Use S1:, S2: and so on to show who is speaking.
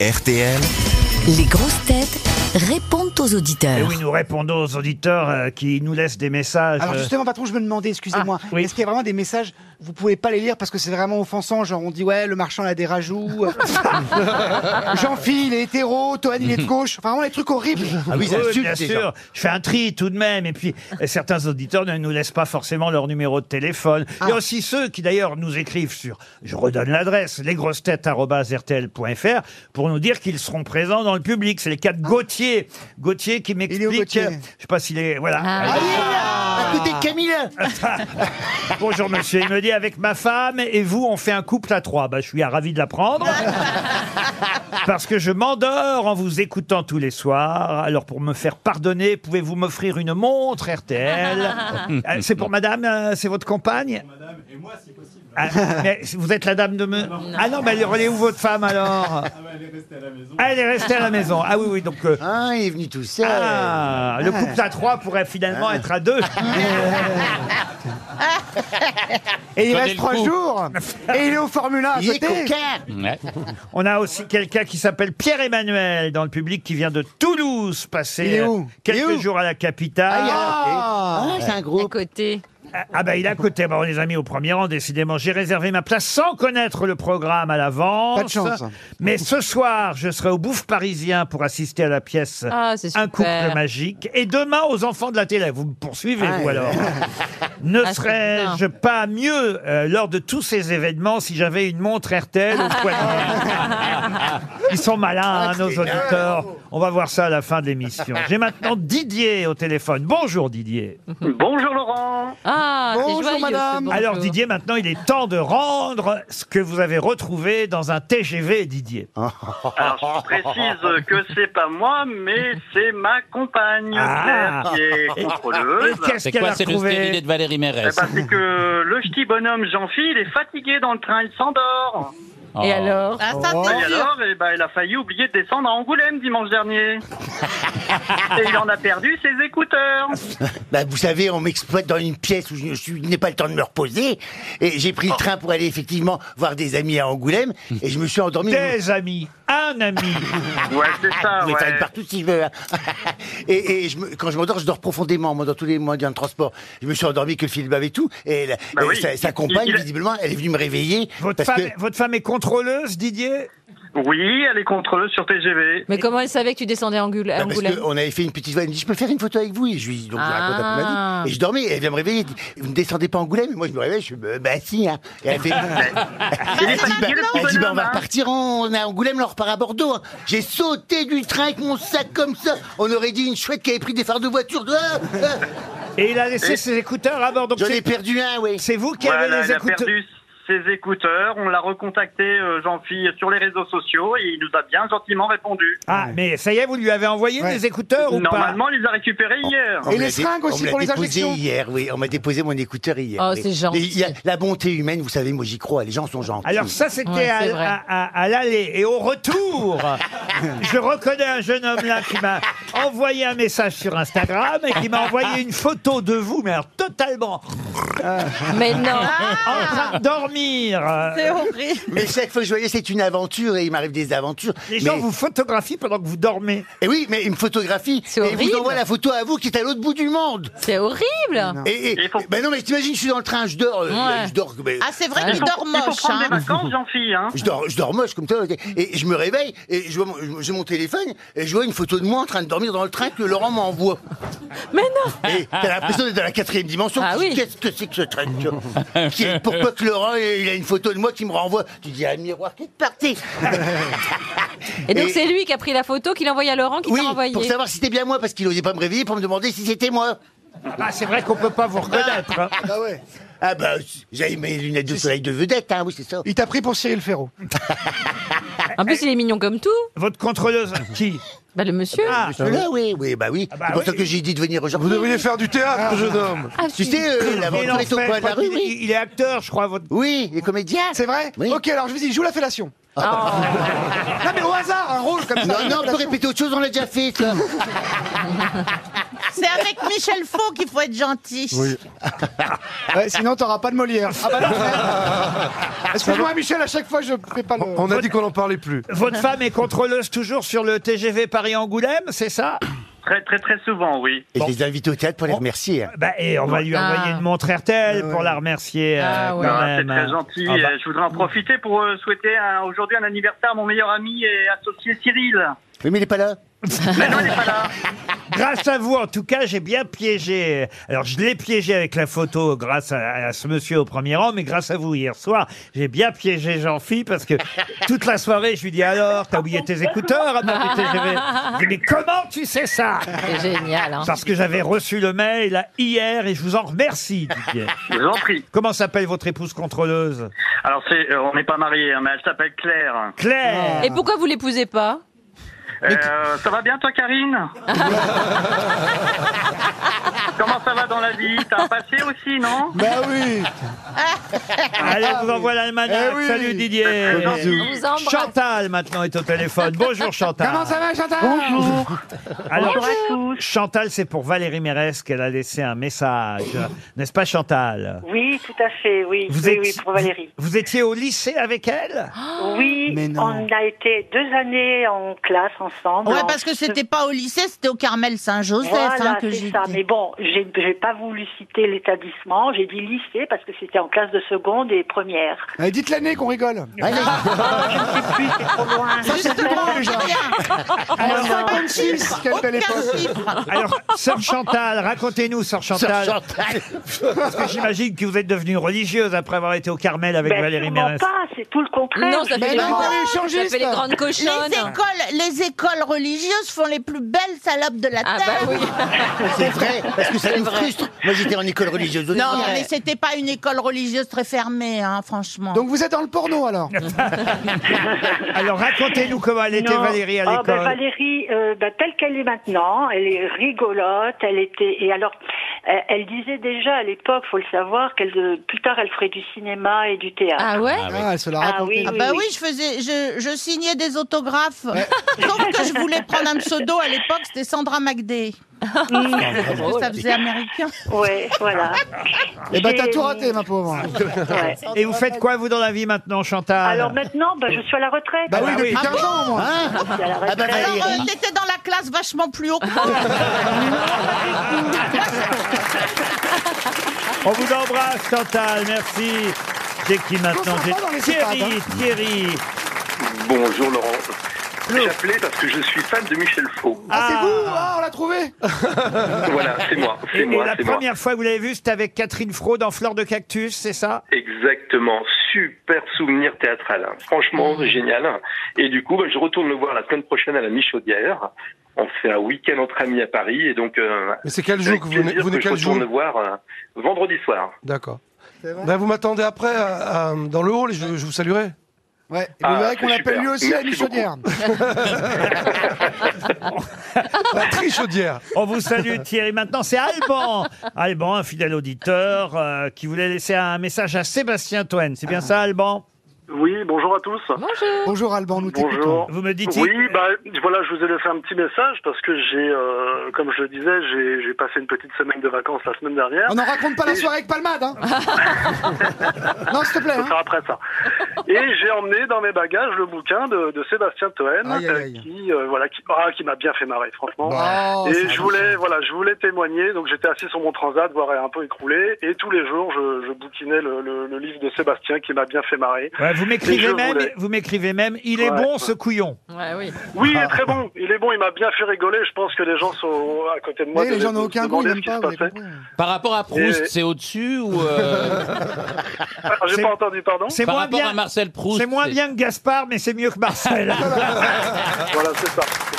S1: RTL.
S2: Les grosses têtes répondent aux
S3: Et
S2: auditeurs.
S3: Eh oui, nous répondons aux auditeurs euh, qui nous laissent des messages.
S4: Alors
S3: euh,
S4: justement, patron, je me demandais, excusez-moi,
S3: Ah, oui.
S4: est-ce qu'il y a vraiment des messages Vous pouvez pas les lire parce que c'est vraiment offensant. Genre, on dit ouais, le marchand a des rajouts. euh, Jean-Phil, il est hétéro. Tohan, il est de gauche. Enfin, vraiment les trucs horribles.
S3: Hmm. Ah oui,
S5: Ils insultent
S3: bien
S5: les
S3: sûr.
S5: gens.
S3: Je fais un tri tout de même. Et puis, euh, certains auditeurs ne nous laissent pas forcément leur numéro de téléphone. Il
S4: Ah.
S3: y a aussi ceux qui, d'ailleurs, nous écrivent sur, je redonne l'adresse, lesgrossetêtes.rtl.fr pour nous dire qu'ils seront présents dans le public. C'est le cas de Gauthier. Gauthier qui
S4: Ah. est où,
S3: m'explique.
S4: Gauthier
S3: euh, Je sais pas s'il est, voilà. Ah,
S4: À côté de Camille.
S3: Bonjour monsieur, il me dit avec ma femme et vous on fait un couple à trois. Bah, je suis ravi de l'apprendre. Parce que je m'endors en vous écoutant tous les soirs. Alors pour me faire pardonner, pouvez-vous m'offrir une montre RTL Euh, C'est pour madame, euh, c'est votre compagne Madame et moi si possible. vous êtes la dame de me Ah non, mais elle est où votre femme alors Ah, elle est restée à la maison. Ah oui oui, donc euh,
S5: Ah, il est venu tout seul.
S3: ah, le couple à trois pourrait finalement être à deux.
S4: Et il reste trois jours. Et il est au Formule 1 à
S5: il est
S4: côté.
S5: coquin.
S3: On a aussi quelqu'un qui s'appelle Pierre-Emmanuel dans le public qui vient de Toulouse passer
S4: Il est
S3: euh,
S4: où Il est
S3: quelques
S4: où
S3: jours à la capitale.
S4: Ah,
S5: Ah, c'est un groupe.
S6: côté.
S3: Ah, ah bah il est à côté. Bon les amis au premier rang décidément j'ai réservé ma place sans connaître le programme à l'avance.
S4: Pas de chance.
S3: Mais ce soir je serai au Bouffe Parisien pour assister à la pièce
S6: Ah, c'est
S3: Un couple
S6: super.
S3: magique. Et demain aux enfants de la télé. Vous me poursuivez vous alors. ne
S6: Ah, c'est
S3: serais-je pas mieux euh, lors de tous ces événements si j'avais une montre RTL au poignet Ils sont malins hein, nos auditeurs. On va voir ça à la fin de l'émission. J'ai maintenant Didier au téléphone. Bonjour Didier.
S7: Bonjour Laurent.
S6: Ah, c'est
S4: Bonjour,
S6: joyeux, ce
S4: madame.
S6: bonjour.
S3: Alors Didier, maintenant il est temps de rendre ce que vous avez retrouvé dans un TGV, Didier.
S8: Ah,
S7: Alors, je précise que c'est pas moi, mais c'est ma compagne
S3: Ah.
S7: Claire qui est
S3: Et-
S7: contrôleuse.
S3: et qu'est-ce
S8: C'est
S3: qu'elle a
S8: quoi C'est le stérilet
S3: retrouvé
S8: de Valérie
S7: Eh ben,
S8: Mérès.
S7: c'est que le petit bonhomme Jean-Phil est fatigué dans le train, il s'endort.
S6: Et
S8: Oh.
S6: alors
S1: Ah.
S5: Ah,
S3: Ah
S7: Et alors, eh ben, il a failli oublier de descendre à Angoulême dimanche dernier. Et il en a perdu ses écouteurs.
S5: Bah, vous savez, on m'exploite dans une pièce où je, ne suis- je n'ai pas le temps de me reposer. Et j'ai
S7: Oh.
S5: pris le train pour aller effectivement voir des amis à Angoulême.
S7: Hmm.
S5: Et je me suis endormi.
S3: Des amis, un ami.
S7: Ouais, c'est ça,
S5: Je vais faire
S7: ouais.
S5: une partout si je veux. hein. et et je me- quand je m'endors, je dors profondément, moi, dans tous les moyens de transport. Je me suis endormi que le film avait tout. Et, la-
S7: Bah
S5: et
S7: oui.
S5: sa, sa compagne,
S7: Il- il-
S5: visiblement, elle est venue me réveiller.
S3: Votre
S5: parce
S3: femme,
S5: que-
S3: votre femme est contrôleuse, Didier
S7: Oui, elle est contrôleuse sur TGV.
S6: Mais comment elle savait que tu descendais à Angoul- à
S5: Bah, parce
S6: Angoulême
S5: qu'on avait fait une petite voix, elle me dit je peux faire une photo avec vous et je lui dis donc je raconte un peu ma
S6: Ah.
S5: vie et je dormais et elle vient me réveiller elle dit vous ne descendez pas Angoulême et moi je me réveille je suis bah bah, si hein. et elle fait elle dit, bah,
S7: fatigué, le petit
S5: elle dit, bah, on
S7: bonhomme,
S5: va
S7: hein.
S5: repartir en- on est à Angoulême là on repart à Bordeaux hein. j'ai sauté du train avec mon sac comme ça on aurait dit une chouette qui avait pris des phares de voiture de... ah, ah.
S3: Et il a laissé ses écouteurs à bord. Donc
S5: j'en
S3: c'est-
S5: ai perdu un oui
S3: c'est vous qui
S7: Voilà,
S3: avez les
S7: elle a
S3: écouteurs.
S7: perdu ses écouteurs. On l'a recontacté, euh, Jean-Phil, sur les réseaux sociaux et il nous a bien gentiment répondu.
S3: Ah, mais ça y est, vous lui avez envoyé
S4: Ouais.
S3: les écouteurs ou pas
S7: Normalement, il les a récupérés hier.
S4: Et
S5: On
S4: les
S5: me l'a dé-
S4: seringues aussi
S5: on me l'a
S4: pour les
S5: déposé
S4: injections
S5: hier, oui. On m'a déposé mon écouteur hier.
S6: Oh,
S5: oui.
S6: c'est gentil.
S5: Et il y a la bonté humaine, vous savez, moi j'y crois. Les gens sont gentils.
S3: Alors ça, c'était
S6: Ouais, c'est
S3: à,
S6: vrai.
S3: à- à- à l'aller. Et au retour, je reconnais un jeune homme là qui m'a envoyé un message sur Instagram et qui m'a envoyé une photo de vous, mais alors totalement
S6: Mais non
S1: Ah,
S3: en train de dormir. Euh,
S5: Mais chaque fois que je voyais, c'est une aventure et il m'arrive des aventures.
S3: Les gens
S5: Mais-
S3: vous photographient pendant que vous dormez.
S5: Et oui, mais une photographie.
S6: C'est
S5: Et vous
S6: horrible.
S5: envoie la photo à vous qui est à l'autre bout du monde.
S6: C'est horrible
S5: Et, et-
S7: Il faut-
S5: ben non, mais t'imagines, je suis dans le train, je dors, euh,
S6: Ah. Ouais.
S5: je dors, mais-
S9: Ah, c'est vrai
S7: Il
S9: qu'il
S7: faut,
S9: dort
S7: il faut
S9: moche,
S7: prendre
S9: hein.
S7: des vacances, Jean-Phil. Hein.
S5: je dors, je dors moche comme ça. Et je me réveille et je vois mon- j'ai mon téléphone et je vois une photo de moi en train de dormir dans le train que Laurent m'envoie.
S6: Mais non
S5: Et t'as l'impression d'être dans la quatrième dimension.
S6: Ah oui.
S5: Qu'est-ce que c'est que ce train tu vois Qui- Pourquoi que Laurent il a une photo de moi qui me renvoie Tu dis à un miroir qui est parti.
S6: Et donc
S5: Et-
S6: c'est lui qui a pris la photo, qui l'a envoyée à Laurent, qui
S5: Oui,
S6: t'a envoyée.
S5: pour savoir si c'était bien moi parce qu'il osait pas me réveiller pour me demander si c'était moi.
S3: Ah, c'est vrai qu'on peut pas vous reconnaître. hein.
S4: Bah ouais.
S5: Ah bah, j'avais mes lunettes de soleil de vedette, hein, oui, c'est ça.
S4: Il t'a pris pour Cyril Ferraud.
S6: En plus, il est mignon comme tout.
S3: Votre contrôleuse, qui
S6: Bah, le monsieur.
S3: Ah,
S5: Là, oui, oui, bah oui.
S3: bah
S5: c'est pour
S3: oui.
S5: ça que j'ai dit de venir aujourd'hui.
S4: faire du théâtre, jeune homme.
S6: Ah,
S5: Tu sais, euh,
S3: il, en
S5: l'aventure est au
S3: fait,
S5: coin de la
S3: pas-
S5: rue,
S3: il-
S5: oui.
S3: il est acteur, je crois. Votre...
S5: Oui, les comédiens.
S4: C'est vrai
S5: Oui. Ah.
S4: Ok, alors je vous dis, il joue la fellation. non mais au hasard, un rôle comme ça.
S5: Non, non, on peut répéter autre chose, on l'a déjà fait, ça.
S1: C'est avec Michel Faux qu'il faut être gentil.
S4: Ouais, sinon, t'auras pas de Molière. Ah bah non, frère. Excuse-moi, Michel, à chaque fois, je fais pas le.
S8: On a dit qu'on n'en parlait plus.
S3: Votre femme est contrôleuse toujours sur le TGV Paris-Angoulême, c'est ça
S7: Très, très, très souvent, oui.
S5: Et je les invite au théâtre pour les remercier. hein.
S3: Bah, et on va lui
S6: Ah.
S3: envoyer une montre RTL pour la remercier.
S6: Ah
S3: euh,
S6: ouais.
S3: quand
S7: Ah, c'est
S3: même.
S7: très gentil.
S3: Ah bah,
S7: Euh, Je voudrais en profiter pour euh, souhaiter un- aujourd'hui un anniversaire à mon meilleur ami et associé Cyril.
S5: Oui, mais il n'est pas là.
S7: Mais non, il n'est pas là.
S3: grâce à vous, en tout cas, j'ai bien piégé. Alors, je l'ai piégé avec la photo grâce à, à ce monsieur au premier rang, mais grâce à vous hier soir, j'ai bien piégé Jean-Phi parce que toute la soirée, je lui dis alors, t'as oublié tes écouteurs à bord du TGV. Je lui dis, mais comment tu sais ça
S6: C'est génial. Hein.
S3: Parce que j'avais reçu le mail là, hier et je vous en remercie, Didier.
S7: Je vous en prie.
S3: Comment s'appelle votre épouse contrôleuse
S7: Alors, c'est, euh, on n'est pas mariés, hein, mais elle s'appelle Claire.
S3: Claire
S6: Et pourquoi vous l'épousez pas
S7: Euh, ça va bien, toi, Karine Comment ça va dans la vie T'as un passé aussi, non
S4: Bah oui
S3: Allez, on vous envoie l'almanach.
S4: Eh oui.
S3: Salut Didier
S6: On vous embrasse.
S3: Chantal maintenant est au téléphone. Bonjour Chantal.
S4: Comment ça va, Chantal Bonjour
S3: Alors, Chantal, c'est pour Valérie Mérès qu'elle a laissé un message. N'est-ce pas Chantal
S9: Oui, tout à fait, oui. oui,
S3: êtes-
S9: oui, pour Valérie.
S3: Vous étiez au lycée avec elle
S9: oui,
S4: mais non.
S9: on a été deux années en classe ensemble.
S1: Ouais,
S9: En-
S1: parce que c'était pas au lycée, c'était au Carmel Saint-Joseph
S9: Voilà,
S1: hein, que
S9: c'est
S1: j'ai
S9: ça.
S1: dit.
S9: Mais bon, j'ai j'ai pas voulu citer l'établissement, j'ai dit lycée parce que c'était en classe de seconde et première.
S4: Allez, Euh, dites l'année qu'on rigole.
S9: C'est trop loin.
S1: Justement,
S4: déjà. Ah,
S1: c'est bien.
S4: Alors,
S1: Aucun
S4: 56,
S1: chiffre,
S4: quelle belle
S1: aucun
S4: époque.
S1: chiffre.
S9: Oh.
S3: Alors, sœur Chantal, racontez-nous, sœur Chantal.
S5: Sœur Chantal.
S3: Parce que j'imagine que vous êtes devenue religieuse après avoir été au Carmel avec
S9: Ben,
S3: Valérie
S9: sûrement
S3: Mérès.
S9: pas, c'est tout le contraire.
S6: Non, ça
S9: Mais
S6: fait, les,
S4: non,
S6: grands-
S4: vous avez
S6: ça
S4: changé,
S6: fait les
S4: ça.
S6: grandes cochonnes.
S1: Les écoles, les écoles religieuses font les plus belles salopes de la
S6: Ah bah
S1: terre.
S6: oui.
S5: C'est vrai, parce que ça
S6: C'est
S5: nous
S6: vrai.
S5: frustre. Moi, j'étais en école religieuse.
S1: Non,
S5: au départ.
S1: mais c'était pas une école religieuse très fermée, hein, franchement.
S4: Donc vous êtes dans le porno alors
S10: Ah,
S3: Alors, racontez-nous comment elle était
S9: Non.
S3: Valérie à
S9: Ah,
S3: l'école.
S9: ben, Valérie, euh, ben, telle qu'elle est maintenant, elle est rigolote, elle était... Et alors, elle, elle disait déjà à l'époque, faut le savoir, qu'elle euh, plus tard, elle ferait du cinéma et du théâtre.
S6: Ah ouais
S4: Ah, elle se l'a
S9: Ah
S4: raconté.
S1: Ah
S9: oui,
S1: bah oui,
S9: oui.
S1: je faisais, je, je signais des autographes. Sauf que je voulais prendre un pseudo à l'époque, c'était Sandra McDay.
S4: Ah,
S1: Parce que ça faisait américain.
S9: Ouais, voilà.
S4: Eh ben,
S9: J'ai-
S4: t'as tout raté, ma pauvre.
S10: Ah,
S9: Ouais.
S3: Et vous faites quoi, vous, dans la vie maintenant, Chantal
S9: Alors maintenant, bah, je suis à la retraite.
S4: Bah oui,
S3: Ah oui.
S4: depuis 15 ans, moi.
S5: Hein
S9: Je suis à la
S5: Ah bah,
S9: retraite.
S1: Alors,
S5: Valérie.
S1: euh, t'étais dans la classe vachement plus haut que moi.
S3: On vous embrasse, Chantal, merci. J'ai qui maintenant
S4: sympa
S3: J'ai
S4: dans les
S3: Thierry,
S4: EHPAD,
S10: hein.
S3: Thierry.
S10: Bonjour Laurent. J'appelais parce que je suis fan de Michel Faux.
S4: Ah, c'est vous Ah, on l'a trouvé
S10: Voilà, c'est moi,
S3: Et,
S10: c'est
S3: et
S10: moi,
S3: la
S10: c'est moi.
S3: première fois que vous l'avez vu, c'était avec Catherine Fro dans Fleur de Cactus, c'est ça
S10: Exactement, super souvenir théâtral. Franchement, génial. Et du coup, bah, je retourne le voir la semaine prochaine à la Michaudière. On fait un week-end entre amis à Paris et donc euh,
S8: Mais c'est quel jour
S10: avec
S8: que vous
S10: plaisir
S8: venez, vous venez
S10: que je
S8: quel jour
S10: retourne le voir euh, vendredi soir.
S8: D'accord. Ben, vous m'attendez après à- à- dans le hall et je, je vous saluerai.
S4: Ouais, et
S10: Ah,
S4: vous verrez qu'on
S10: c'est
S4: l'appelle
S10: super.
S4: lui aussi
S10: Merci
S4: à Michaudière.
S8: Patrick Chaudière.
S3: On vous salue Thierry. Maintenant, c'est Alban. Alban, un fidèle auditeur euh, qui voulait laisser un message à Sébastien Toen. C'est bien ça, Alban
S10: Oui, bonjour à tous.
S6: Bonjour.
S4: Bonjour Alban, nous t'écoutons.
S10: Bonjour.
S3: Vous me dites...
S10: Oui, bah, voilà, je vous ai laissé un petit message parce que j'ai, euh, comme je le disais, j'ai- j'ai passé une petite semaine de vacances la semaine dernière.
S4: On n'en raconte pas la soirée avec Palmade, hein Non, s'il te plaît,
S10: Faut
S4: hein
S10: faire après ça. Et j'ai emmené dans mes bagages le bouquin de, de Sébastien Toen,
S4: Aïe, aïe, aïe.
S10: euh, qui euh, voilà, qui, ah, qui m'a bien fait marrer, franchement.
S4: Oh,
S10: et
S4: ça
S10: je
S4: va.
S10: voulais, voilà, je voulais témoigner. Donc j'étais assis sur mon transat, voire un peu écroulé, et tous les jours je, je bouquinais le, le- le livre de Sébastien qui m'a bien fait marrer.
S3: Ouais, vous
S10: Mais
S3: m'écrivez
S10: je
S3: même,
S10: voulais.
S3: vous m'écrivez même, il est
S10: Ouais.
S3: bon ce couillon.
S6: Ouais, oui.
S10: Oui, il
S4: Ah.
S10: est très bon, il est bon, il m'a bien fait rigoler. Je pense que les gens sont à côté de moi.
S4: Mais les
S10: de-
S4: gens
S10: de-
S4: n'ont
S10: de
S4: Eh, aucun goût,
S10: demander
S4: ils
S10: ce
S4: n'aiment
S10: qui
S4: pas,
S10: se
S4: vous
S10: passait.
S4: avez compris.
S11: Par rapport à Proust,
S10: Et-
S11: c'est au-dessus ou euh,
S10: Ah, J'ai
S3: C'est-
S10: pas entendu, pardon.
S3: C'est
S11: par
S3: moins
S11: rapport à
S3: bien.
S11: Marcel Proust
S3: C'est moins bien que Gaspard, mais c'est mieux que Marcel.
S10: Voilà, c'est ça.